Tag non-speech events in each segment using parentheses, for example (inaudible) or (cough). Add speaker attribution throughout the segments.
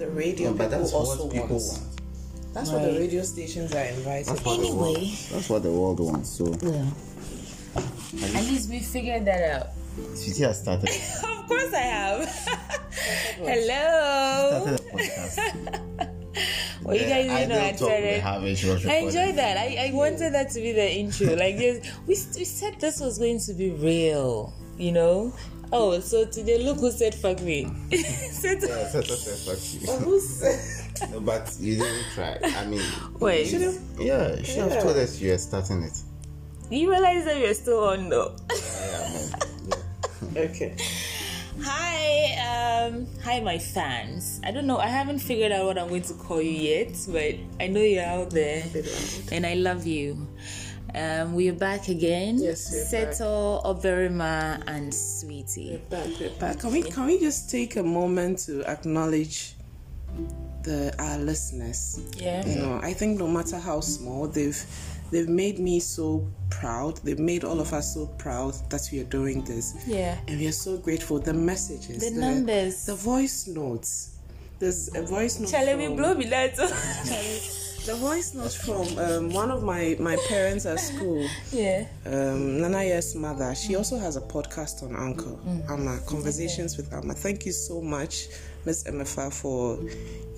Speaker 1: radio,
Speaker 2: No, but
Speaker 1: people
Speaker 2: that's
Speaker 1: also
Speaker 2: what people
Speaker 1: want.
Speaker 2: want.
Speaker 1: That's what the
Speaker 3: Right.
Speaker 1: radio stations are inviting.
Speaker 2: That's what the world-
Speaker 3: Anyway.
Speaker 2: that's what the world wants. So
Speaker 3: Well, at least we figured that out.
Speaker 2: Titi has started,
Speaker 3: (laughs) Of course I (laughs) have. Hello.
Speaker 2: started a podcast.
Speaker 3: Well, you
Speaker 2: The
Speaker 3: guys didn't
Speaker 2: ideal
Speaker 3: know I
Speaker 2: talk we
Speaker 3: started.
Speaker 2: have is she was
Speaker 3: I
Speaker 2: recording.
Speaker 3: enjoyed that. I, I wanted that to be the intro. Like this, we we said this was going to be real. You know. Oh, so today look who said fuck me. (laughs)
Speaker 2: (laughs)
Speaker 3: Said-
Speaker 2: Yeah, so- so- so- fuck
Speaker 3: Oh.
Speaker 2: you.
Speaker 1: Who's
Speaker 2: (laughs)
Speaker 1: (laughs)
Speaker 2: No, but you didn't try. I mean,
Speaker 3: Wait,
Speaker 1: should've-
Speaker 2: yeah, you should have
Speaker 1: Yeah.
Speaker 2: told us you were starting
Speaker 3: (laughs)
Speaker 2: it.
Speaker 3: you realize that you're still on though.
Speaker 2: Yeah, man.
Speaker 1: okay?
Speaker 3: Hi, um, hi, my fans. I don't know. I haven't figured out what I'm going to call you yet, but I know you're out there, and I love you. Um, we are back again.
Speaker 1: Yes, we're back.
Speaker 3: Seto, Oberima, and Sweetie.
Speaker 1: But can we can we just take a moment to acknowledge the our listeners?
Speaker 3: Yeah.
Speaker 1: You know, I think no matter how small, they've they've made me so proud. They've made all of us so proud that we are doing this.
Speaker 3: Yeah.
Speaker 1: And we are so grateful. The messages,
Speaker 3: The numbers.
Speaker 1: the voice notes. There's a voice note.
Speaker 3: Shall we
Speaker 1: from-
Speaker 3: blow me that? (laughs)
Speaker 1: The voice note from um, one of my, my parents at school.
Speaker 3: yeah.
Speaker 1: um, Nanaya's mother, she also has a podcast on Anchor, Amma, Conversations with Amma. Thank you so much, Miss MFA, for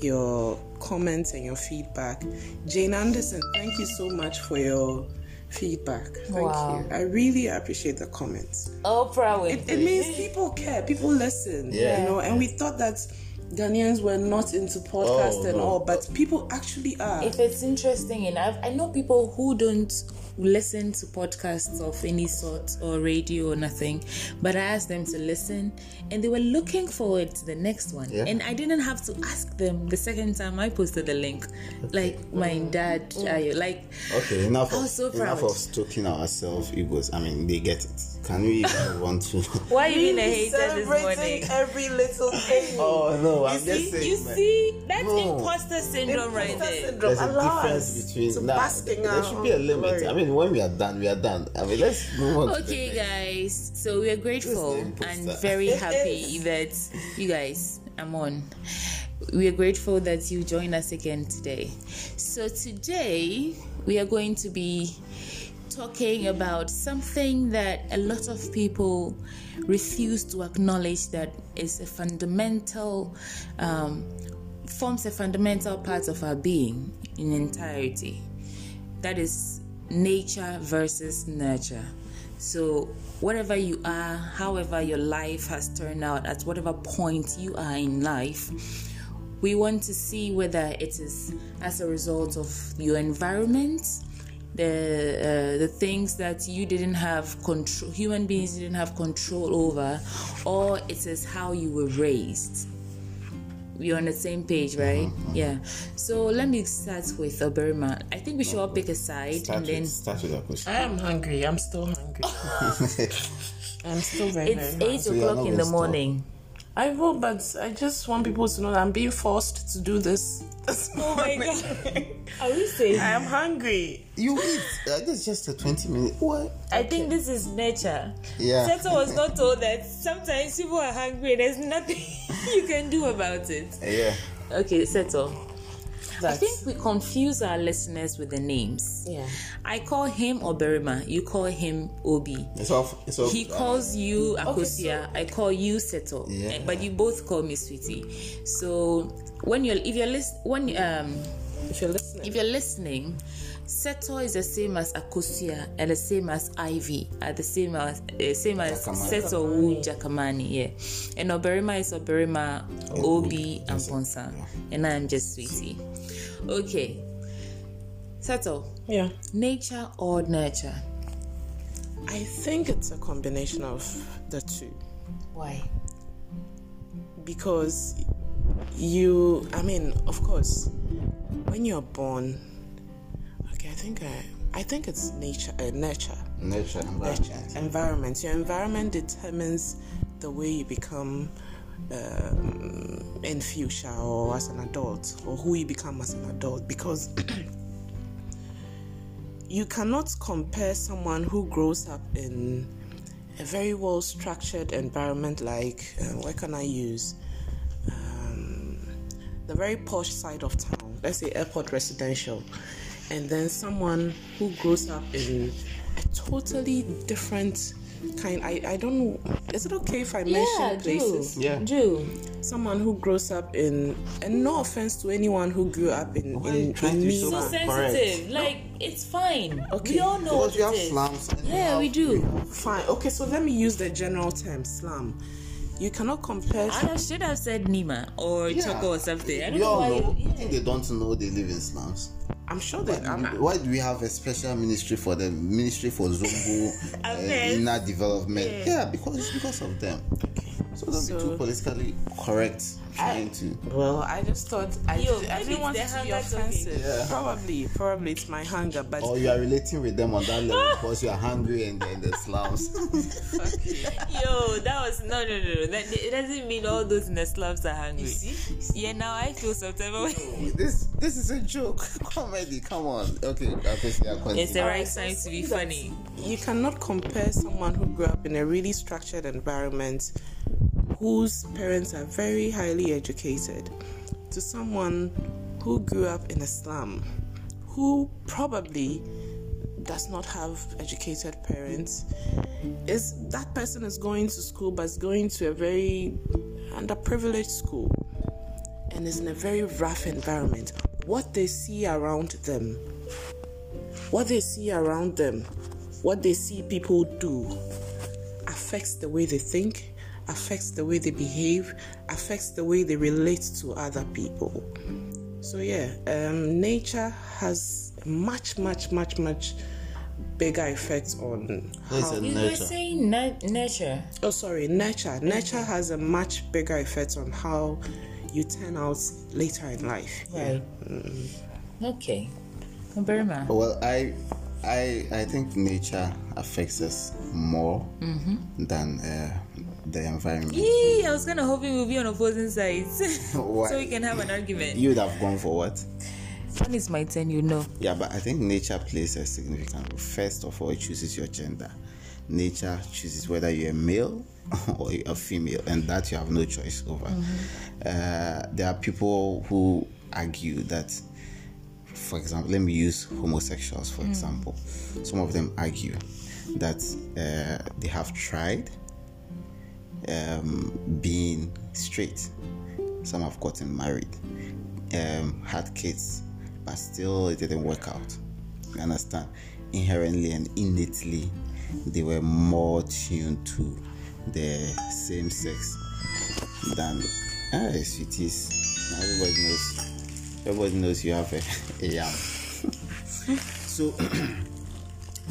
Speaker 1: your comments and your feedback. Jane Anderson, thank you so much for your feedback. Thank
Speaker 3: Wow.
Speaker 1: you. I really appreciate the comments.
Speaker 3: Oprah
Speaker 1: It, it
Speaker 3: Winfrey.
Speaker 1: means people care, people listen,
Speaker 2: Yeah.
Speaker 1: you know, and we thought that Ghanaians were not into podcast and
Speaker 2: no.
Speaker 1: all, but people actually are.
Speaker 3: if it's interesting enough, I know people who don't listen to podcasts of any sort or radio or nothing, but I asked them to listen and they were looking forward to the next one.
Speaker 2: Yeah.
Speaker 3: And I didn't have to ask them the second time I posted the link. Like my dad,
Speaker 2: Mm.
Speaker 3: I- like
Speaker 2: Okay, enough.
Speaker 3: I
Speaker 2: Of,
Speaker 3: was so
Speaker 2: enough
Speaker 3: proud.
Speaker 2: of stoking ourselves egos. I mean, they get it. Can we
Speaker 3: (laughs)
Speaker 2: even want to?
Speaker 3: why you being a
Speaker 1: Really
Speaker 3: hater this morning?
Speaker 1: every little thing.
Speaker 2: (laughs) oh no, I'm
Speaker 3: See,
Speaker 2: just saying.
Speaker 3: you
Speaker 2: man.
Speaker 3: see, that's
Speaker 2: No.
Speaker 3: imposter syndrome right there.
Speaker 2: There's a difference between nah, there, there should be a limit. I mean, when we are done, we are done. I mean, let's move on. to the
Speaker 3: Okay,
Speaker 2: next.
Speaker 3: guys. So we are grateful
Speaker 2: This is the
Speaker 3: and
Speaker 2: imposter.
Speaker 3: very happy
Speaker 2: (laughs)
Speaker 3: that you guys. I'm on. We are grateful that you join us again today. So today we are going to be talking about something that a lot of people refuse to acknowledge that is a fundamental um, forms a fundamental part of our being in entirety that is nature versus nurture. So, whatever you are, however your life has turned out, at whatever point you are in life, we want to see whether it is as a result of your environment, the uh, the things that you didn't have control, human beings didn't have control over, or it is how you were raised. We're on the same page,
Speaker 2: Uh-huh,
Speaker 3: right? Yeah. So let me start with Oberma. I think we should all pick a side
Speaker 2: Start
Speaker 3: and then
Speaker 2: with, start with your question.
Speaker 1: I am hungry. I'm still (laughs) hungry.
Speaker 3: Ah.
Speaker 1: I'm still very,
Speaker 3: it's
Speaker 1: very
Speaker 3: eight
Speaker 2: So you are
Speaker 3: o'clock
Speaker 2: not
Speaker 3: in the
Speaker 2: gonna stop.
Speaker 3: morning.
Speaker 1: I will, but I just want people to know that I'm being forced to do this. this (laughs) oh my god.
Speaker 3: Are we safe?
Speaker 1: I am hungry.
Speaker 2: (laughs) you eat. Uh, this is just a twenty-minute. What? Uh,
Speaker 3: I think this is nature.
Speaker 2: Yeah.
Speaker 3: Seto was not told that sometimes people are hungry. There's nothing (laughs) you can do about it.
Speaker 2: Yeah.
Speaker 3: Okay, Seto. I
Speaker 1: That's,
Speaker 3: think we confuse our listeners with the names.
Speaker 1: yeah.
Speaker 3: I call him Oberima. You call him Obi.
Speaker 2: It's off. It's off.
Speaker 3: He calls you Akosia. I call you Seto.
Speaker 2: Yeah.
Speaker 3: Eh, But you both call me Sweetie. So when you're if you're list when um
Speaker 1: If you're listening,
Speaker 3: If you're listening, Seto is the same as Akosia and the same as Ivy, are the same as uh, same as
Speaker 2: Jakamani.
Speaker 3: Seto Wu Jakamani, yeah. And Oberima is Oberima,
Speaker 2: Oh,
Speaker 3: Obi and Ponsa, and I am just Sweetie. Okay, Seto,
Speaker 1: yeah.
Speaker 3: nature or nurture?
Speaker 1: I think it's a combination of the two.
Speaker 3: Why?
Speaker 1: because you i mean of course when you're born okay i think i i think it's nature uh, nurture
Speaker 2: Nurture.
Speaker 1: nurture environment your environment determines the way you become um, in future or as an adult or who you become as an adult because (clears throat) you cannot compare someone who grows up in a very well structured environment like uh, what can I use? Um, the very posh side of town, let's say airport residential, and then someone who grows up in a totally different kind. I, I don't know. Is it okay if I
Speaker 3: Yeah,
Speaker 1: mention places?
Speaker 3: do.
Speaker 2: Yeah.
Speaker 3: Do.
Speaker 1: Someone who grows up in, and no offense to anyone who grew up in
Speaker 2: Why are you
Speaker 1: in,
Speaker 2: trying
Speaker 1: in
Speaker 2: to
Speaker 1: mean-
Speaker 2: so
Speaker 3: So
Speaker 2: Correct.
Speaker 3: sensitive. Like, it's fine.
Speaker 1: Okay.
Speaker 3: We all know
Speaker 2: Because
Speaker 3: what
Speaker 2: we have
Speaker 3: it is.
Speaker 2: slums. and
Speaker 3: Yeah, we
Speaker 2: have-
Speaker 3: do.
Speaker 1: Fine. Okay, so let me use the general term slum. You cannot compare.
Speaker 3: I should have said Nima or
Speaker 2: Yeah.
Speaker 3: Choco or something. I don't
Speaker 2: We
Speaker 3: know
Speaker 2: all
Speaker 3: why.
Speaker 2: know.
Speaker 3: you- (laughs)
Speaker 2: I think they don't know they live in slums.
Speaker 1: I'm sure that I'm,
Speaker 2: Why do we have a special ministry for the ministry for (laughs) Zongo uh,
Speaker 3: Affairs.
Speaker 2: inner development? Yeah. because it's because of them. So don't be too
Speaker 1: So-
Speaker 2: politically correct trying to.
Speaker 1: Well, I just thought I,
Speaker 3: Yo,
Speaker 1: I
Speaker 3: maybe
Speaker 1: didn't want
Speaker 3: it's
Speaker 1: it
Speaker 3: the
Speaker 1: to be
Speaker 3: hunger talking.
Speaker 1: offensive.
Speaker 2: Yeah. Oh.
Speaker 1: Probably, probably it's my hunger, but
Speaker 2: Or you are relating with them on that (laughs) level because you are hungry and they're in the slums.
Speaker 3: Yo, that was no, no, no, no. That it doesn't mean all those in the slums are hungry. Yeah, now I feel some type of way.
Speaker 2: (laughs) this this is a joke. (laughs) Comedy, come on. Okay, okay, so yeah, continue.
Speaker 3: (laughs) It's the right time to be funny.
Speaker 1: you cannot compare someone who grew up in a really structured environment, whose parents are very highly educated, to someone who grew up in a slum, who probably does not have educated parents. Is that person is going to school, but is going to a very underprivileged school, and is in a very rough environment. What they see around them what they see around them, what they see people do, affects the way they think, affects the way they behave, affects the way they relate to other people. So, yeah, um, nature has a much, much, much, much bigger effects on.
Speaker 2: It's a
Speaker 3: You were
Speaker 2: nurture.
Speaker 3: saying nat- nature.
Speaker 1: Oh, sorry, nature. Nature has a much bigger effect on how you turn out later in life.
Speaker 3: Right. Okay. Burma.
Speaker 2: Well, I, I, I think nature affects us more than uh, the environment.
Speaker 3: Yee, I was kind of hoping we'll be on opposing sides (laughs)
Speaker 2: Why?
Speaker 3: so we can have an argument.
Speaker 2: You would have gone for what?
Speaker 3: When it's my turn, you know.
Speaker 2: Yeah, but I think nature plays a significant role. First of all, it chooses your gender. Nature chooses whether you're a male (laughs) or you're a female, and that you have no choice over. Uh, there are people who argue that, for example, let me use homosexuals for example. Some of them argue that uh, they have tried um, being straight. Some have gotten married, um, had kids, but still it didn't work out. You understand? Inherently and innately, they were more tuned to the same sex than ah, sweeties. Everybody knows. Everybody knows you have a, (laughs) a yam. (laughs) so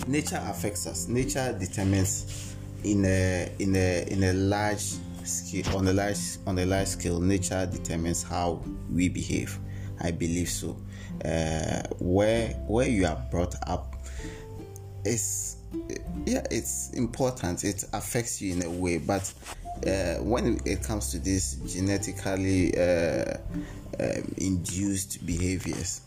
Speaker 2: nature affects us. Nature determines in a in a in a large scale on a large on a large scale. Nature determines how we behave. I believe so. Uh, where where you are brought up is yeah it's important it affects you in a way but uh, when it comes to these genetically uh, um, induced behaviors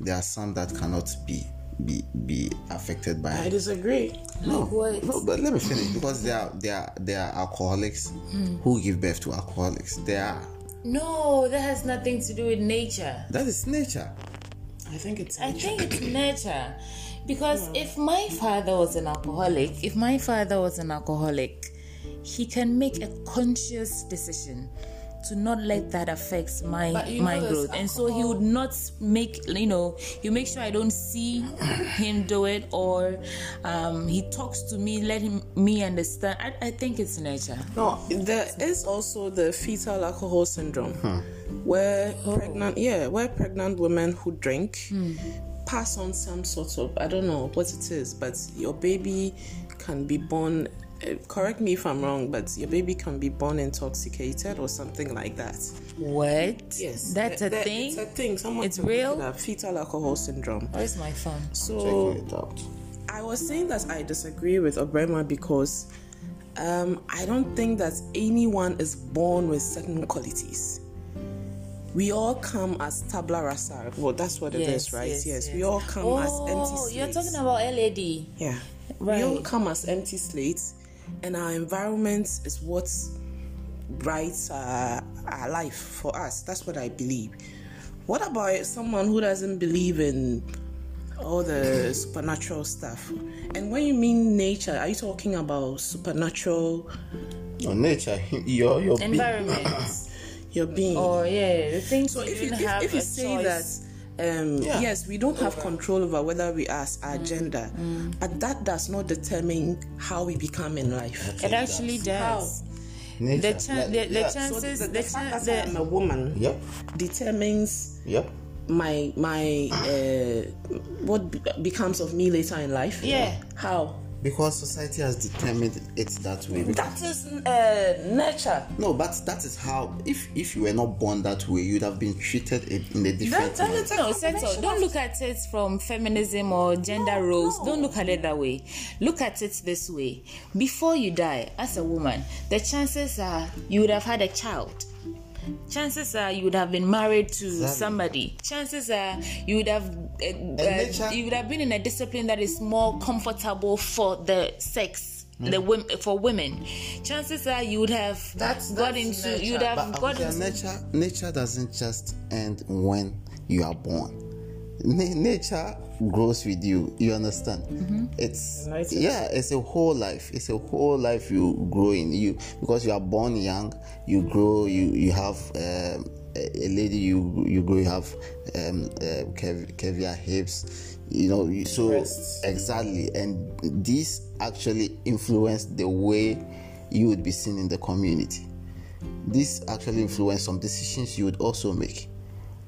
Speaker 2: there are some that cannot be be, be affected by
Speaker 1: I disagree.
Speaker 2: no,
Speaker 3: what?
Speaker 2: no, but let me finish because there are there are, there are alcoholics
Speaker 3: Hmm.
Speaker 2: who give birth to alcoholics. There are
Speaker 3: No, that has nothing to do with nature.
Speaker 2: that is nature.
Speaker 1: I think it's.
Speaker 3: I think it's nature. Because if my father was an alcoholic, if my father was an alcoholic, he can make a conscious decision to not let that affect my
Speaker 1: But you know
Speaker 3: my
Speaker 1: there's
Speaker 3: growth. And so he would not make you know, he makes sure I don't see him do it or um, he talks to me, let him me understand. I, I think it's nature.
Speaker 1: No, there is also the fetal alcohol syndrome, where pregnant yeah, where pregnant women who drink pass on some sort of I don't know what it is, but your baby can be born. Uh, correct me if I'm wrong, but your baby can be born intoxicated or something like that.
Speaker 3: What? That's
Speaker 1: There-
Speaker 3: a
Speaker 1: there-
Speaker 3: thing.
Speaker 1: It's a thing. Someone
Speaker 3: It's
Speaker 1: can look it
Speaker 3: real?
Speaker 1: up. Fetal alcohol syndrome.
Speaker 3: Where's my phone? Oh.
Speaker 1: So
Speaker 2: Checking it out.
Speaker 1: I was saying that I disagree with Obrema because um, I don't think that anyone is born with certain qualities. We all come as tabla rasa. Well, that's what it is, right? Yes, we all come as
Speaker 3: Oh,
Speaker 1: empty
Speaker 3: you're
Speaker 1: slates.
Speaker 3: talking about LED.
Speaker 1: yeah,
Speaker 3: Right.
Speaker 1: We all come as empty slates, and our environment is what writes uh, our life for us. That's what I believe. What about someone who doesn't believe in all the supernatural stuff? And when you mean nature, are you talking about supernatural,
Speaker 2: Your nature, (laughs) your your being.
Speaker 3: environment
Speaker 1: your being?
Speaker 3: or yeah, the things
Speaker 1: so
Speaker 3: Oh, you
Speaker 1: if you,
Speaker 3: didn't
Speaker 1: if,
Speaker 3: have
Speaker 1: if you
Speaker 3: a
Speaker 1: say
Speaker 3: choice.
Speaker 1: that, um,
Speaker 2: Yeah.
Speaker 1: yes, we don't have control over whether we ask our
Speaker 3: Mm.
Speaker 1: gender, but that does not determine how we become in life.
Speaker 3: it actually does.
Speaker 2: (coughs) nature.
Speaker 3: The, chan- the,
Speaker 2: like-
Speaker 3: the
Speaker 2: yeah.
Speaker 1: So
Speaker 3: chances,
Speaker 1: the,
Speaker 3: the,
Speaker 1: the
Speaker 3: chan-
Speaker 1: fact
Speaker 3: the-
Speaker 1: that I'm a woman
Speaker 2: Yep,
Speaker 1: determines
Speaker 2: yep.
Speaker 1: my my uh, what be- becomes of me later in life.
Speaker 3: Yeah.
Speaker 1: How?
Speaker 2: Because society has determined it that way.
Speaker 1: That is uh, nature.
Speaker 2: No, but that is how. If if you were not born that way, you'd have been treated in in a different
Speaker 1: that
Speaker 2: way.
Speaker 1: is-
Speaker 3: no, settle. Don't look at it from feminism or gender roles. Don't look at it that way. Look at it this way. Before you die, as a woman, the chances are you would have had a child. Chances are you would have been married to somebody. Chances are you would have uh, uh,
Speaker 2: nature-
Speaker 3: you would have been in a discipline that is more comfortable for the sex, the
Speaker 2: Mm.
Speaker 3: women for women. Chances are you would have
Speaker 2: That's-
Speaker 3: got
Speaker 2: that's
Speaker 3: into
Speaker 2: nature,
Speaker 3: you would have
Speaker 2: But
Speaker 3: got
Speaker 2: Abuja,
Speaker 3: into
Speaker 2: nature, nature doesn't just end when you are born. Na- nature grows with you. You understand? It's
Speaker 1: Enlightens.
Speaker 2: yeah. It's a whole life. It's a whole life you grow in. You because you are born young. You grow. You you have. Um, a a lady, you you grow, you have um, uh, curv- curvier hips, you know. You, so exactly, and this actually influenced the way you would be seen in the community this actually influence some decisions you would also make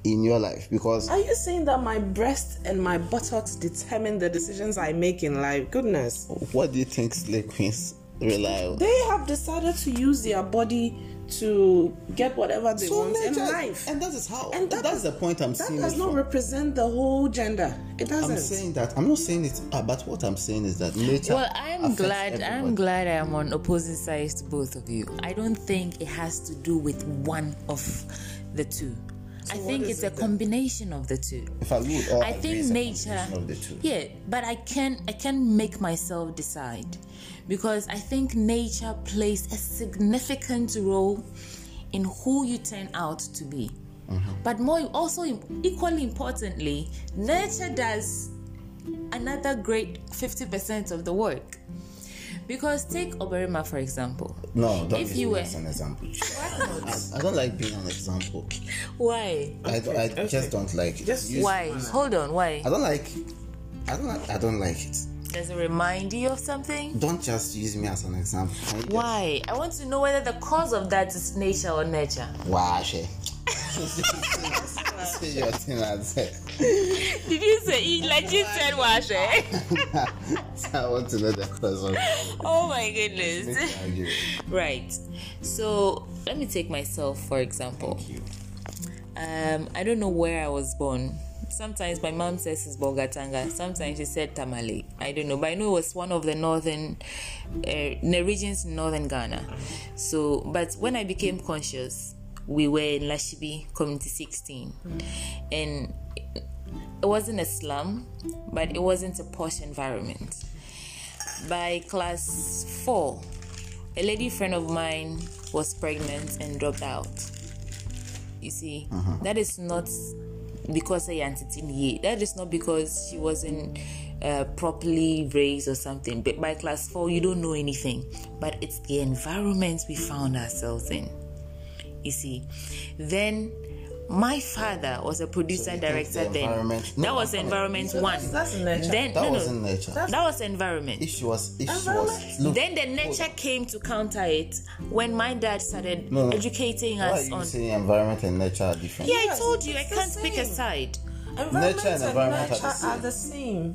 Speaker 2: in your life because
Speaker 1: Are you saying that my breast and my buttocks determine the decisions I make in life? Goodness.
Speaker 2: what do you think slave queens rely on
Speaker 1: They have decided to use their body to get whatever they want in
Speaker 2: nature-
Speaker 1: life.
Speaker 2: and that is how
Speaker 1: And
Speaker 2: and
Speaker 1: that
Speaker 2: that's the point i'm
Speaker 1: That
Speaker 2: saying
Speaker 1: does not represent the whole gender. It doesn't.
Speaker 2: i'm saying that i'm not saying it ah, but what i'm saying is that nature
Speaker 3: Well, I'm
Speaker 2: affects
Speaker 3: glad. I'm
Speaker 2: everybody.
Speaker 3: glad I am on opposing sides to both of you. I don't think it has to do with one of the two. I think
Speaker 1: is
Speaker 3: it's a combination of the two.
Speaker 2: if i would all
Speaker 3: I
Speaker 2: agree,
Speaker 3: think
Speaker 2: it's a
Speaker 3: nature.
Speaker 2: combination of the two
Speaker 3: Yeah, but I can I can make myself decide because I think nature plays a significant role in who you turn out to be.
Speaker 2: Mm-hmm.
Speaker 3: But more also im- equally importantly, nature does another great 50% of the work. Because take Oberima for example. (laughs)
Speaker 2: no don't
Speaker 3: If
Speaker 2: use
Speaker 3: you
Speaker 2: me
Speaker 3: were-
Speaker 2: as an example I, I don't like being an example
Speaker 3: Why?
Speaker 2: i, don't- I just don't like it
Speaker 1: Just
Speaker 2: Use-
Speaker 3: Why? Hold on, why?
Speaker 2: i don't like i don't like, i don't like it
Speaker 3: Does it remind you of something?
Speaker 2: don't just use me as an example Can you just-
Speaker 3: Why? I want to know whether the cause of that is nature or nature.
Speaker 2: Wow, (laughs) shit. Say your thing and say,
Speaker 3: Did you say like you said wash (laughs) eh?
Speaker 2: (laughs) I want to know the cause of
Speaker 3: Oh my goodness.
Speaker 2: this argument.
Speaker 3: right. So let me take myself for example.
Speaker 2: Thank you.
Speaker 3: Um I don't know where I was born. Sometimes my mom says it's Bogatanga. Sometimes she said Tamale. I don't know, but I know it was one of the northern uh, the regions in northern Ghana. So, but when I became conscious, we were in Lashibi Community 16, and it wasn't a slum, but it wasn't a posh environment. By class four, a lady friend of mine was pregnant and dropped out. You see,
Speaker 2: Mm-hmm.
Speaker 3: that is not because her yantitin ye. That is not because she wasn't uh, properly raised or something. But by class four, you don't know anything. But it's the environment we found ourselves in. You see, then my father was a producer
Speaker 2: you think
Speaker 3: director.
Speaker 2: the
Speaker 3: then
Speaker 2: environment-
Speaker 3: that
Speaker 2: No,
Speaker 3: was
Speaker 2: come on.
Speaker 3: environment
Speaker 2: So
Speaker 3: one.
Speaker 2: that's-
Speaker 1: that's nature.
Speaker 3: Then
Speaker 2: That
Speaker 3: no,
Speaker 2: wasn't
Speaker 3: no,
Speaker 2: nature.
Speaker 3: That was environment.
Speaker 2: If she was, if she was, look,
Speaker 3: then the nature came to counter it when my dad started
Speaker 2: No, no.
Speaker 3: educating
Speaker 2: why are
Speaker 3: us
Speaker 2: you
Speaker 3: on.
Speaker 2: saying environment and nature are different?
Speaker 3: Yeah, I
Speaker 1: Yes,
Speaker 3: told you I
Speaker 1: it's the
Speaker 3: can't pick a
Speaker 1: same.
Speaker 3: side.
Speaker 1: Environment
Speaker 2: Nature and
Speaker 1: and
Speaker 2: environment are the
Speaker 1: nature
Speaker 2: same.
Speaker 1: are the same.
Speaker 2: You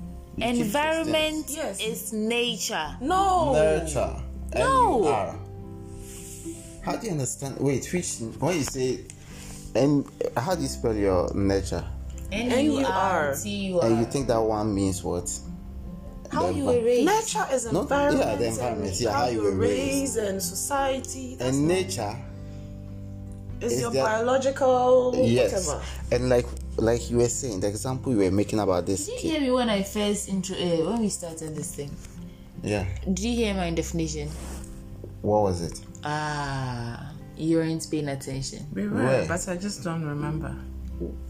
Speaker 2: keep
Speaker 3: Environment
Speaker 1: these things. Yes.
Speaker 3: is nature.
Speaker 1: No.
Speaker 2: distance. Nurture.
Speaker 3: No.
Speaker 2: N-U-R. How do you understand? Wait, which when you say, and how do you spell your nature? And you think that one means what?
Speaker 3: How
Speaker 2: the
Speaker 3: you
Speaker 2: envi-
Speaker 3: were raised.
Speaker 1: Nature is
Speaker 2: No, yeah,
Speaker 1: environment.
Speaker 2: the environment,
Speaker 1: and
Speaker 2: yeah,
Speaker 1: how
Speaker 2: how
Speaker 1: you
Speaker 2: you
Speaker 1: were
Speaker 2: were
Speaker 1: raised and society. That's
Speaker 2: And nature
Speaker 1: is
Speaker 2: is
Speaker 1: your
Speaker 2: that-
Speaker 1: biological
Speaker 2: Yes,
Speaker 1: whatever.
Speaker 2: and like like you were saying, the example you were making about this
Speaker 3: Did you
Speaker 2: kid,
Speaker 3: hear me when I first intro uh, when we started this thing?
Speaker 2: yeah.
Speaker 3: Did you hear my definition?
Speaker 2: What was it?
Speaker 3: Ah, you weren't paying attention.
Speaker 1: We
Speaker 2: Where?
Speaker 1: but I just don't remember.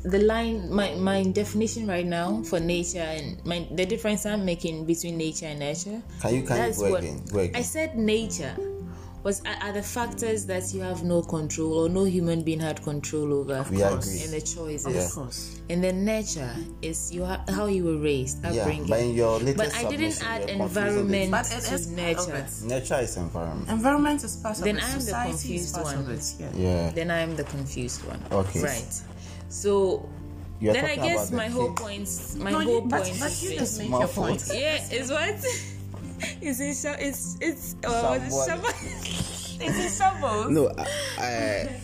Speaker 3: the line my my definition right now for nature and my the difference I'm making between nature and nurture.
Speaker 2: Can you can you
Speaker 3: That's
Speaker 2: go
Speaker 3: what-
Speaker 2: again? Go again.
Speaker 3: I said nature was are, are the factors that you have no control or no human being had control over.
Speaker 2: We course. agree.
Speaker 3: And the choices.
Speaker 2: Yeah.
Speaker 1: Of course.
Speaker 3: And then nature is your how you were raised,
Speaker 2: yeah,
Speaker 3: upbringing.
Speaker 2: but in your latest
Speaker 3: But I didn't
Speaker 2: submission,
Speaker 3: add
Speaker 2: you're confusing the
Speaker 3: environment
Speaker 2: two.
Speaker 1: But it
Speaker 3: to
Speaker 1: is part of
Speaker 3: nature.
Speaker 1: it.
Speaker 2: Nature is environment.
Speaker 1: Environment is part
Speaker 3: Then
Speaker 1: of it.
Speaker 3: I am the
Speaker 1: Society is
Speaker 3: confused
Speaker 1: part
Speaker 3: one.
Speaker 1: of it. Yeah.
Speaker 2: Yeah,
Speaker 3: Then I am the confused one.
Speaker 2: Okay.
Speaker 3: Right. So
Speaker 2: You are
Speaker 3: then I
Speaker 2: talking
Speaker 3: guess
Speaker 2: about the
Speaker 3: my whole
Speaker 2: kids.
Speaker 3: point my
Speaker 1: No,
Speaker 3: whole
Speaker 1: you, but,
Speaker 3: point
Speaker 1: but
Speaker 3: is
Speaker 1: you
Speaker 3: this.
Speaker 1: just make
Speaker 2: My
Speaker 1: your
Speaker 2: fault.
Speaker 1: point.
Speaker 3: Yeah, it's what? (laughs) Is it sho- it's it's uh, was it
Speaker 2: Shovel. (laughs)
Speaker 3: shovel? Is it shovel?
Speaker 2: No, I, I,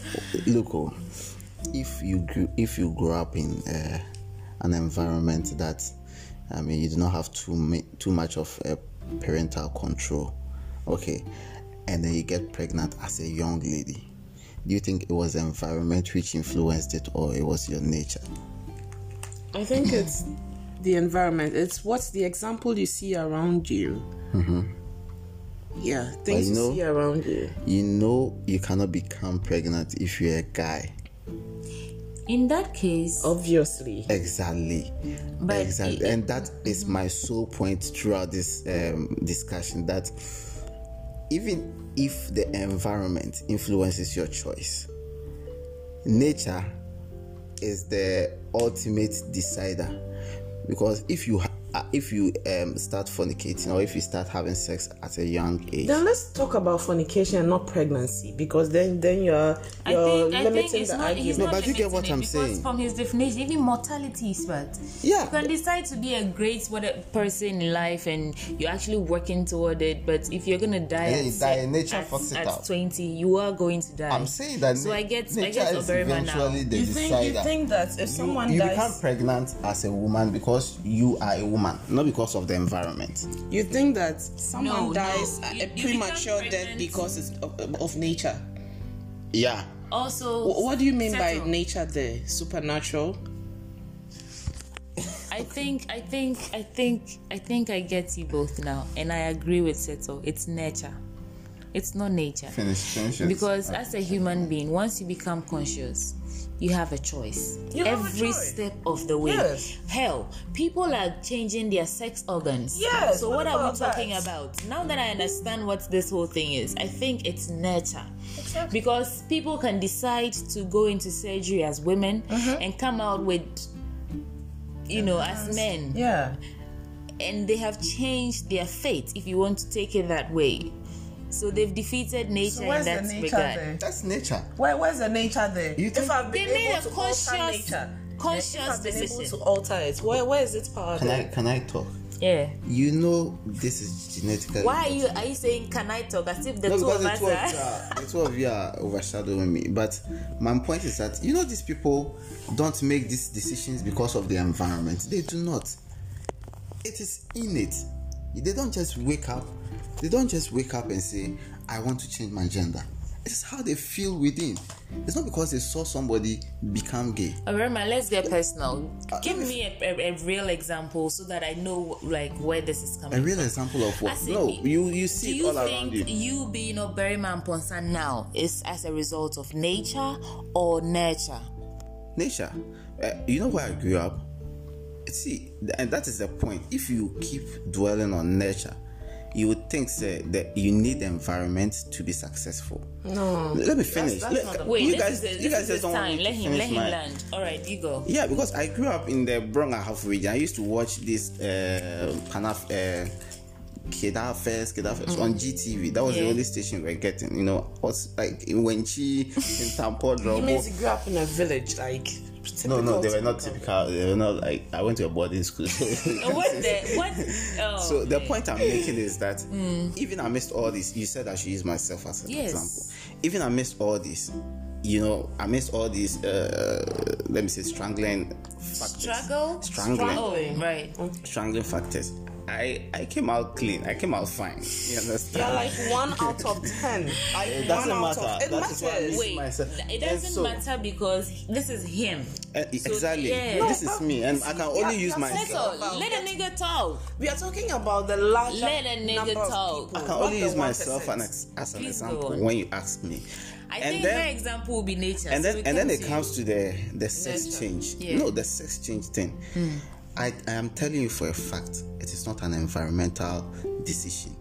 Speaker 2: look, oh, if you grew, if you grow up in uh, an environment that, I mean, you do not have too ma- too much of uh, parental control, okay, and then you get pregnant as a young lady, do you think it was the environment which influenced it, or it was your nature?
Speaker 1: I think it's the environment. It's what's the example you see around you. Yeah, things
Speaker 2: you
Speaker 1: you,
Speaker 2: Mm-hmm. know-
Speaker 1: see around you.
Speaker 2: You know, you cannot become pregnant if you're a guy.
Speaker 3: In that case,
Speaker 1: Obviously.
Speaker 2: Exactly.
Speaker 3: But
Speaker 2: exactly.
Speaker 3: it- it-
Speaker 2: and that is my sole point throughout this um, discussion that even if the environment influences your choice, nature is the ultimate decider because if you ha- uh, if you um, start fornicating or if you start having sex at a young age
Speaker 1: Then let's talk about fornication and not pregnancy because then then you're
Speaker 3: I
Speaker 1: you're
Speaker 3: think I think
Speaker 1: limiting
Speaker 3: it's
Speaker 1: the
Speaker 3: not. He's
Speaker 1: argument.
Speaker 2: No,
Speaker 3: not
Speaker 2: but you get
Speaker 3: limiting
Speaker 2: what
Speaker 3: it
Speaker 2: I'm
Speaker 3: because
Speaker 2: saying.
Speaker 3: From his definition, even mortality is bad.
Speaker 2: Yeah.
Speaker 3: You can decide to be a great what a person in life, and you're actually working toward it. But if you're gonna die,
Speaker 2: And
Speaker 3: at,
Speaker 2: then you die,
Speaker 3: se-
Speaker 2: nature
Speaker 3: at,
Speaker 2: fucks it
Speaker 3: at
Speaker 2: up.
Speaker 3: 20, you are going to die.
Speaker 2: I'm saying that
Speaker 3: So
Speaker 2: na-
Speaker 3: I get
Speaker 2: nature
Speaker 3: I get
Speaker 2: is
Speaker 3: Oberima now.
Speaker 2: eventually the
Speaker 1: You
Speaker 2: decider.
Speaker 1: think you think that if someone
Speaker 2: you
Speaker 1: dies,
Speaker 2: become pregnant as a woman because you are a woman, not because of the environment.
Speaker 1: you think that someone
Speaker 3: no.
Speaker 1: dies
Speaker 3: You-
Speaker 1: a
Speaker 3: you become
Speaker 1: premature death
Speaker 3: pregnant.
Speaker 1: because it's of, of nature.
Speaker 2: Yeah.
Speaker 3: Also,
Speaker 1: Wh- What do you mean
Speaker 3: settle.
Speaker 1: by nature? There, supernatural.
Speaker 3: I think I think I think I think I get you both now, and I agree with Seto. It's nature. It's not nature.
Speaker 2: Finish, finish. it.
Speaker 3: Because as a human being, once you become conscious, you have a choice.
Speaker 1: You have a
Speaker 3: Every
Speaker 1: choice.
Speaker 3: step of the way.
Speaker 1: Yes.
Speaker 3: Hell, people are changing their sex organs.
Speaker 1: Yes,
Speaker 3: So
Speaker 1: what
Speaker 3: what are we
Speaker 1: about that?
Speaker 3: talking about? Now that I understand what this whole thing is, I think it's nature.
Speaker 1: Exactly.
Speaker 3: Because people can decide to go into surgery as women
Speaker 1: Mm-hmm.
Speaker 3: and come out with you know, as men
Speaker 1: Yeah.
Speaker 3: and they have changed their fate if you want to take it that way so they've defeated nature
Speaker 1: So
Speaker 3: in
Speaker 1: where's the
Speaker 3: that
Speaker 1: nature
Speaker 3: regard
Speaker 1: there?
Speaker 2: that's nature.
Speaker 1: Where, where's the nature there?
Speaker 2: You think-
Speaker 1: if I've
Speaker 3: they
Speaker 1: been
Speaker 3: made
Speaker 1: able
Speaker 3: a
Speaker 1: to
Speaker 3: conscious
Speaker 1: alter nature,
Speaker 3: conscious
Speaker 1: if I've been able to
Speaker 3: decision
Speaker 1: alter it, where, where is its power?
Speaker 2: Can I
Speaker 1: There?
Speaker 2: can I talk?
Speaker 3: yeah
Speaker 2: You know this is genetically.
Speaker 3: why are you are you saying can i talk as if the
Speaker 2: No,
Speaker 3: two
Speaker 2: because
Speaker 3: of
Speaker 2: the
Speaker 3: us
Speaker 2: two of, you
Speaker 3: (laughs) are
Speaker 2: are, the two of you are overshadowing me. But my point is that you know these people don't make these decisions because of the environment. They do not. It is innate. They don't just wake up. They don't just wake up and say, "I want to change my gender." It's how they feel within. It's not because they saw somebody become gay.
Speaker 3: Arima, Oh, let's
Speaker 2: Uh,
Speaker 3: get personal. Give me a, a, a real example so that I know like where this is
Speaker 2: A
Speaker 3: coming.
Speaker 2: real example of what?
Speaker 3: As in,
Speaker 2: No, you you see
Speaker 3: Do
Speaker 2: it
Speaker 3: you
Speaker 2: all
Speaker 3: think
Speaker 2: around you.
Speaker 3: you being Oberima and Ponsa now is as a result of nature or nurture?
Speaker 2: nature. Uh, you know where I grew up? See, th- and that is the point. If you keep dwelling on nature, you would think say, that you need the environment to be successful. No. Let me finish.
Speaker 1: that's
Speaker 2: Let-
Speaker 1: not the
Speaker 3: Wait,
Speaker 2: you
Speaker 3: this
Speaker 2: guys,
Speaker 3: is, a,
Speaker 2: you
Speaker 3: this
Speaker 2: guys
Speaker 3: is
Speaker 2: just
Speaker 3: a
Speaker 2: don't want
Speaker 3: sign.
Speaker 2: me
Speaker 3: Let
Speaker 2: to
Speaker 3: him
Speaker 2: finish
Speaker 3: let him
Speaker 2: my-
Speaker 3: land. All right, you go.
Speaker 2: yeah, because I grew up in the Bronga half region. I used to watch this uh, kind of uh, Kedar Fest, Kedar Fest on GTV. That was the
Speaker 3: Mm-hmm. Yeah.
Speaker 2: only station we were getting. You know, was like in Wenchi, in Tampo,
Speaker 1: It
Speaker 2: Drobo.
Speaker 1: means you grew up in a village, like.
Speaker 2: No, no,
Speaker 1: typical-
Speaker 2: they were not typical. They were not like I went to a boarding (laughs) school.
Speaker 3: And what the
Speaker 2: (laughs)
Speaker 3: what? Oh,
Speaker 2: so the point I'm making is that even amidst all this, you said I should use myself as an
Speaker 3: Mm. Yes.
Speaker 2: example. Even amidst all this, you know, amidst all these, uh, let me say, strangling factors,
Speaker 3: struggle,
Speaker 2: strangling,
Speaker 3: Struggle, right?
Speaker 2: strangling factors. I I came out clean. I came out fine. You understand?
Speaker 1: You're like one out of ten. Like
Speaker 2: It doesn't
Speaker 1: one out
Speaker 2: matter.
Speaker 1: Of, it
Speaker 2: That is why I
Speaker 1: matters.
Speaker 2: miss
Speaker 3: Wait,
Speaker 2: myself.
Speaker 3: it
Speaker 2: And
Speaker 3: doesn't
Speaker 2: so-
Speaker 3: matter because this is him.
Speaker 2: Uh, exactly.
Speaker 3: yeah.
Speaker 2: This is me, and I can only
Speaker 1: yeah,
Speaker 2: use
Speaker 1: yeah,
Speaker 2: myself.
Speaker 3: That's all. Let a nigga talk.
Speaker 1: We are talking about the larger
Speaker 3: Let a nigga
Speaker 1: number of
Speaker 3: talk.
Speaker 1: people,
Speaker 2: I can
Speaker 1: not
Speaker 2: only
Speaker 1: the
Speaker 2: use myself
Speaker 1: 1%.
Speaker 2: an ex- as an
Speaker 3: Please go
Speaker 2: example
Speaker 3: on.
Speaker 2: when you ask me.
Speaker 3: I
Speaker 2: and
Speaker 3: think
Speaker 2: then,
Speaker 3: her example will be nature.
Speaker 2: and
Speaker 3: so
Speaker 2: then
Speaker 3: we
Speaker 2: and then
Speaker 3: come
Speaker 2: it
Speaker 3: to
Speaker 2: comes to the the sex
Speaker 1: Nature.
Speaker 2: change.
Speaker 3: Yeah. Hmm.
Speaker 2: No, the sex change thing. I, I am telling you for a fact, it is not an environmental decision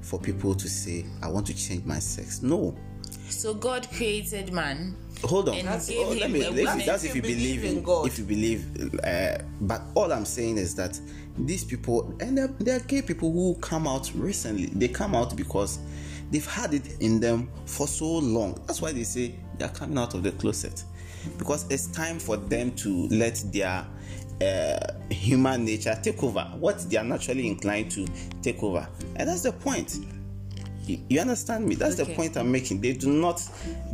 Speaker 2: for people to say I want to change my sex. No,
Speaker 3: you. So God created man.
Speaker 2: hold on.
Speaker 3: And
Speaker 2: That's-
Speaker 3: give
Speaker 2: oh, let
Speaker 3: him
Speaker 2: me.
Speaker 3: a
Speaker 2: let me-
Speaker 3: woman.
Speaker 2: that's if you believe in God. If you believe, uh, but all I'm saying is that these people, and there, there are gay people who come out recently. They come out because they've had it in them for so long. That's why they say they are coming out of the closet, because it's time for them to let their uh, human nature take over. What they are naturally inclined to take over, and that's the point. You- You understand me? That's
Speaker 3: Okay.
Speaker 2: the point I'm making. They do not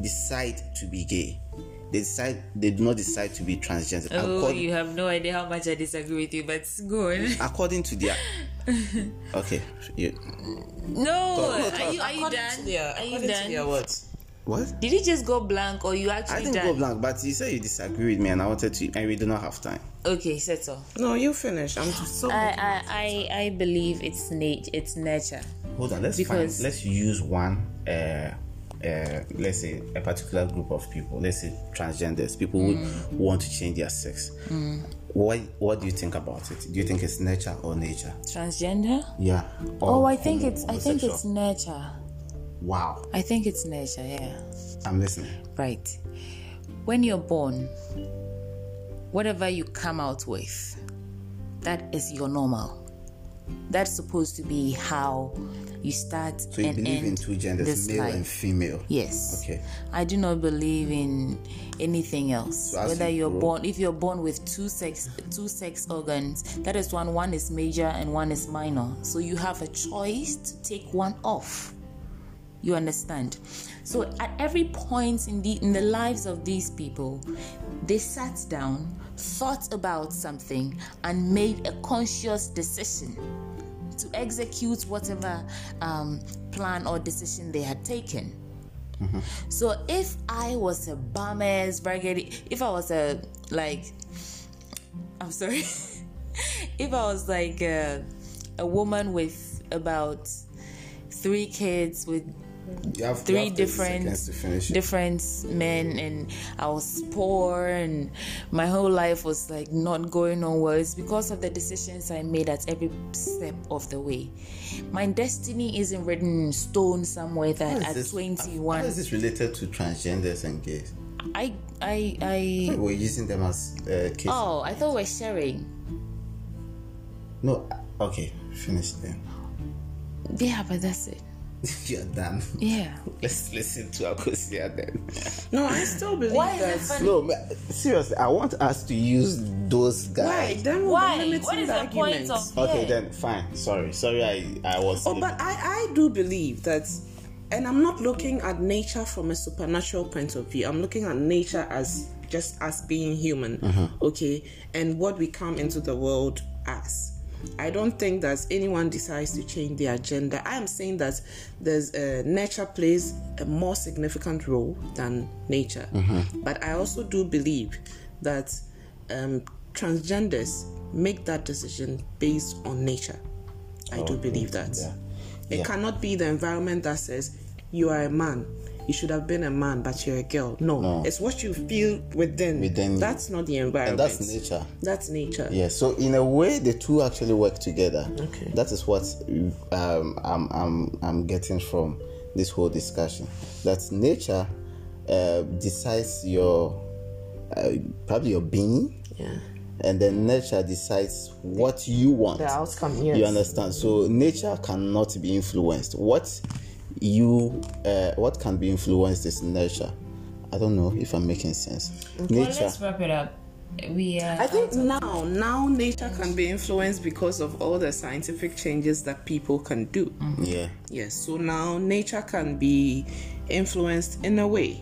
Speaker 2: decide to be gay. They decide. They do not decide to be transgender.
Speaker 3: Oh,
Speaker 2: According-
Speaker 3: you have no idea how much I disagree with you, but go on.
Speaker 2: according to
Speaker 3: (laughs)
Speaker 2: their. okay. You,
Speaker 3: No, are you are you
Speaker 1: According to
Speaker 3: done?
Speaker 1: their-
Speaker 3: are you
Speaker 1: according to their
Speaker 3: done?
Speaker 1: what?
Speaker 2: what?
Speaker 3: Did you just go blank or you actually
Speaker 2: I didn't
Speaker 3: done?
Speaker 2: go blank, but you said you disagree with me, and I wanted to, and we do not have time.
Speaker 3: Okay, settle.
Speaker 1: No, you finish. I'm so.
Speaker 3: Uh, I I, I believe it's nat- it's nature.
Speaker 2: Hold on. Let's
Speaker 3: Because-
Speaker 2: find. Let's use one. Uh, uh, let's say a particular group of people. Let's say transgenders, people
Speaker 3: Mm.
Speaker 2: who want to change their sex. What What do you think about it? Do you think it's nature or nature?
Speaker 3: Transgender?
Speaker 2: Yeah.
Speaker 3: Oh,
Speaker 2: Or
Speaker 3: I think
Speaker 2: homo-
Speaker 3: it's I think it's
Speaker 2: homosexual.
Speaker 3: nature.
Speaker 2: Wow.
Speaker 3: I think it's nature. Yeah.
Speaker 2: I'm listening.
Speaker 3: Right. When you're born, whatever you come out with, that is your normal. That's supposed to be how you start
Speaker 2: So you
Speaker 3: and
Speaker 2: believe in
Speaker 3: end
Speaker 2: two genders,
Speaker 3: this
Speaker 2: male
Speaker 3: life.
Speaker 2: and female.
Speaker 3: Yes.
Speaker 2: Okay.
Speaker 3: I do not believe in anything else.
Speaker 2: So as
Speaker 3: Whether
Speaker 2: you
Speaker 3: you're
Speaker 2: grow-
Speaker 3: born, if you're born with two sex, two sex organs, that is one. One is major and one is minor. So you have a choice to take one off. You understand? So at every point in the in the lives of these people, they sat down, thought about something, and made a conscious decision to execute whatever um, plan or decision they had taken. So if I was a Bahamas brigadier, if I was a like, I'm sorry, (laughs) if I was like a, a woman with about three kids with
Speaker 2: You have you
Speaker 3: three
Speaker 2: have 30
Speaker 3: different
Speaker 2: seconds to finish. it.
Speaker 3: different men and I was poor and my whole life was like not going on well. It's because of the decisions I made at every step of the way. My destiny isn't written in stone somewhere
Speaker 2: How
Speaker 3: that
Speaker 2: is
Speaker 3: at
Speaker 2: this-
Speaker 3: twenty
Speaker 2: How
Speaker 3: one
Speaker 2: is this related to transgenders and gays?
Speaker 3: I I I
Speaker 2: We're using them as uh, kids.
Speaker 3: Oh, I thought we're sharing.
Speaker 2: No. Okay. Finish them.
Speaker 3: Yeah, but that's it.
Speaker 2: (laughs) You're done.
Speaker 3: Yeah.
Speaker 2: Let's listen to Akosia
Speaker 3: (laughs)
Speaker 2: then.
Speaker 1: No, I still believe
Speaker 3: Why is
Speaker 1: that.
Speaker 3: it funny?
Speaker 2: no, ma- seriously, I want us to use those
Speaker 1: Why?
Speaker 2: guys.
Speaker 1: Then we'll be
Speaker 3: Why?
Speaker 1: limiting
Speaker 3: What is the point
Speaker 1: argument.
Speaker 3: of
Speaker 2: Okay,
Speaker 3: yeah.
Speaker 2: then fine. Sorry, sorry, I I was.
Speaker 1: Oh, but I, I do believe that, and I'm not looking at nature from a supernatural point of view. I'm looking at nature as just us being human, okay, and what we come into the world as. I don't think that anyone decides to change their gender. I am saying that there's uh, nature plays a more significant role than nature, but I also do believe that um, transgenders make that decision based on nature. I do believe that.
Speaker 2: yeah.
Speaker 1: It
Speaker 2: Yeah.
Speaker 1: cannot be the environment that says you are a man. You should have been a man, but you're a girl. No,
Speaker 2: No.
Speaker 1: it's what you feel within.
Speaker 2: Within you.
Speaker 1: That's not the environment.
Speaker 2: and that's nature.
Speaker 1: That's nature.
Speaker 2: Yeah, so in a way, the two actually work together.
Speaker 1: Okay.
Speaker 2: That is what um, I'm, I'm, I'm getting from this whole discussion. That nature uh, decides your, uh, probably your being,
Speaker 1: Yeah.
Speaker 2: and then nature decides what you want.
Speaker 1: The outcome. Yes.
Speaker 2: You understand? So nature cannot be influenced. What you, uh, what can be influenced is nature. I don't know if I'm making sense. Nature.
Speaker 3: wrap it up. We uh, are
Speaker 1: I think now, now nature can be influenced because of all the scientific changes that people can do.
Speaker 2: Yeah.
Speaker 1: Yes, so now nature can be influenced in a way.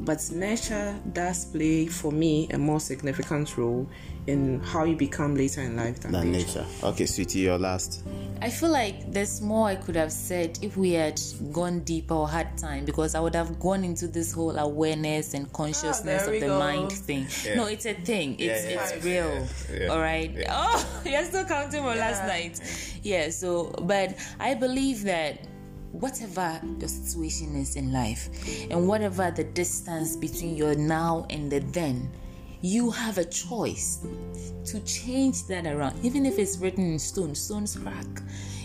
Speaker 1: But nurture does play for me a more significant role in how you become later in life than,
Speaker 2: than
Speaker 1: nature.
Speaker 2: nature. Okay, sweetie, your last.
Speaker 3: I feel like there's more I could have said if we had gone deeper or had time because I would have gone into this whole awareness and consciousness
Speaker 1: Ah, there
Speaker 3: of
Speaker 1: we
Speaker 3: the
Speaker 1: go.
Speaker 3: mind thing. No, it's a thing. It's
Speaker 2: yeah,
Speaker 3: it's real. All right. Oh, (laughs) you're still counting from last night. Yeah, so but I believe that whatever your situation is in life and whatever the distance between your now and the then you have a choice to change that around even if it's written in stone stones crack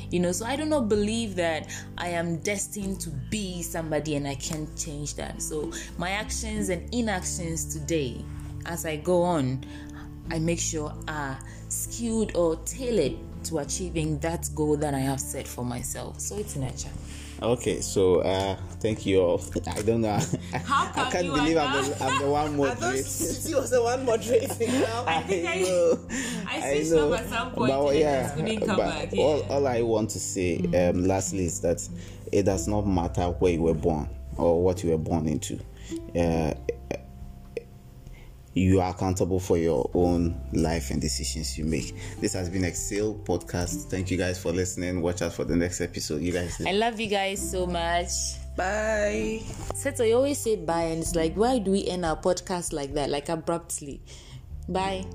Speaker 3: you know so i do not believe that i am destined to be somebody and i can't change that so my actions and inactions today as i go on i make sure are skewed or tailored to achieving that goal that i have set for myself so it's nature
Speaker 2: Okay, so uh, thank you all. (laughs) I don't know.
Speaker 3: How
Speaker 2: (laughs)
Speaker 3: come
Speaker 2: I can't
Speaker 3: you are
Speaker 2: believe I'm
Speaker 3: not-
Speaker 2: the, I'm
Speaker 3: (laughs)
Speaker 2: the one
Speaker 1: I thought
Speaker 2: moderating.
Speaker 1: City was the one moderating now.
Speaker 2: (laughs) I
Speaker 3: think I-
Speaker 2: know.
Speaker 3: I
Speaker 2: I
Speaker 3: switched
Speaker 2: know.
Speaker 3: off at some point
Speaker 2: But,
Speaker 3: and
Speaker 2: yeah,
Speaker 3: just couldn't come
Speaker 2: but
Speaker 3: back.
Speaker 2: All,
Speaker 3: Yeah. Mm.
Speaker 2: all I want to say, um, lastly, is that it does not matter where you were born or what you were born into. Uh, you are accountable for your own life and decisions you make. This has been Excel Podcast. Thank you guys for listening. Watch out for the next episode. You guys.
Speaker 3: I love you guys so much.
Speaker 1: Bye.
Speaker 3: Seto, you always say bye, and it's like, why do we end our podcast like that, like abruptly? Bye.